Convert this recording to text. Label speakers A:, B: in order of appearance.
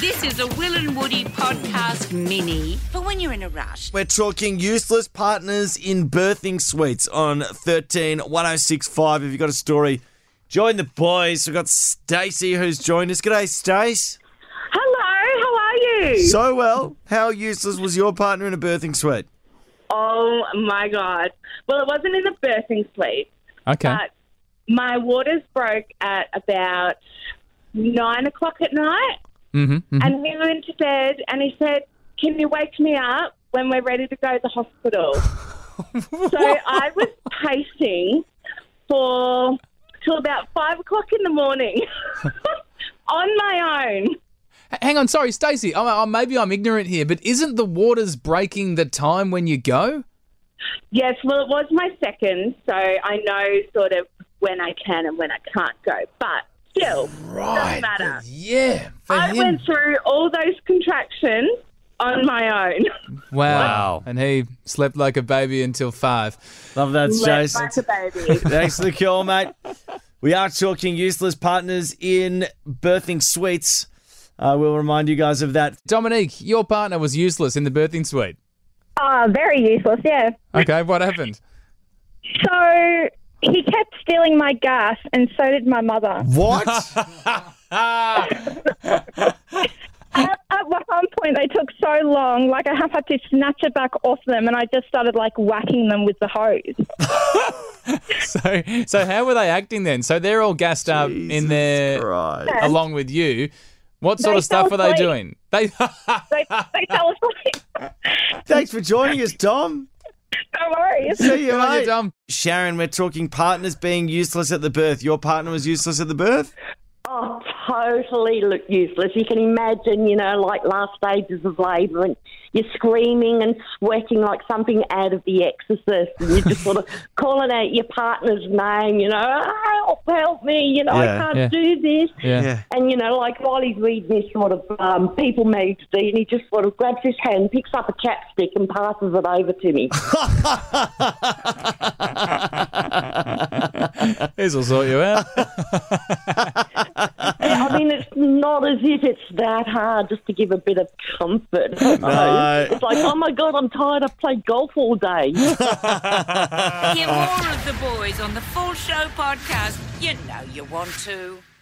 A: This is a Will and Woody podcast mini for when you're in a rush.
B: We're talking useless partners in birthing suites on 13 1065. If you've got a story, join the boys. We've got Stacey who's joined us. G'day, Stace.
C: Hello, how are you?
B: So well. How useless was your partner in a birthing suite?
C: oh my god. Well, it wasn't in the birthing suite,
D: Okay.
C: but my waters broke at about nine o'clock at night,
D: mm-hmm.
C: and he went to bed and he said, "Can you wake me up when we're ready to go to the hospital?" so I was pacing for till about five o'clock in the morning on my own.
D: Hang on, sorry, Stacey. I'm, i maybe I'm ignorant here, but isn't the waters breaking the time when you go?
C: Yes, well, it was my second, so I know sort of when I can and when I can't go. But still, doesn't matter.
D: Yeah. For
C: I
D: him.
C: went through all those contractions on my own.
D: wow.
B: Wow.
D: And he slept like a baby until five.
B: Love that,
C: Slept
B: Stace.
C: Like a baby.
B: Thanks for the call, mate. We are talking useless partners in birthing suites. I will remind you guys of that.
D: Dominique, your partner was useless in the birthing suite.
E: Oh, very useless, yeah.
D: Okay, what happened?
E: So he kept stealing my gas, and so did my mother.
B: What?
C: Ah.
E: At, at one point, they took so long, like I have had to snatch it back off them, and I just started like whacking them with the hose.
D: So, so how were they acting then? So they're all gassed up in there
B: right.
D: along with you. What sort
E: They
D: of stuff were
E: fell
D: they
E: asleep.
D: doing? They
E: They, they fell asleep.
B: Thanks for joining us, Tom.
E: No worries.
B: See you,
D: Come on, you
B: mate.
D: dumb.
B: Sharon, we're talking partners being useless at the birth. Your partner was useless at the birth?
F: Oh, totally look useless. You can imagine, you know, like last stages of labour and you're screaming and sweating like something out of The Exorcist and you're just sort of calling out your partner's name, you know, "Ah, help, help me, you know,
B: Yeah.
F: I can't
D: Yeah.
F: do this.
D: Yeah.
F: And, you know, like while he's reading this sort of um, People magazine, he just sort of grabs his hand, picks up a chapstick and passes it over to me.
D: These will sort you out.
F: I mean, it's not as if it's that hard just to give a bit of comfort. I don't know.
B: Uh,
F: It's like, oh my God, I'm tired. I've played golf all day.
A: Hear more of the boys on the full show podcast. You know you want to.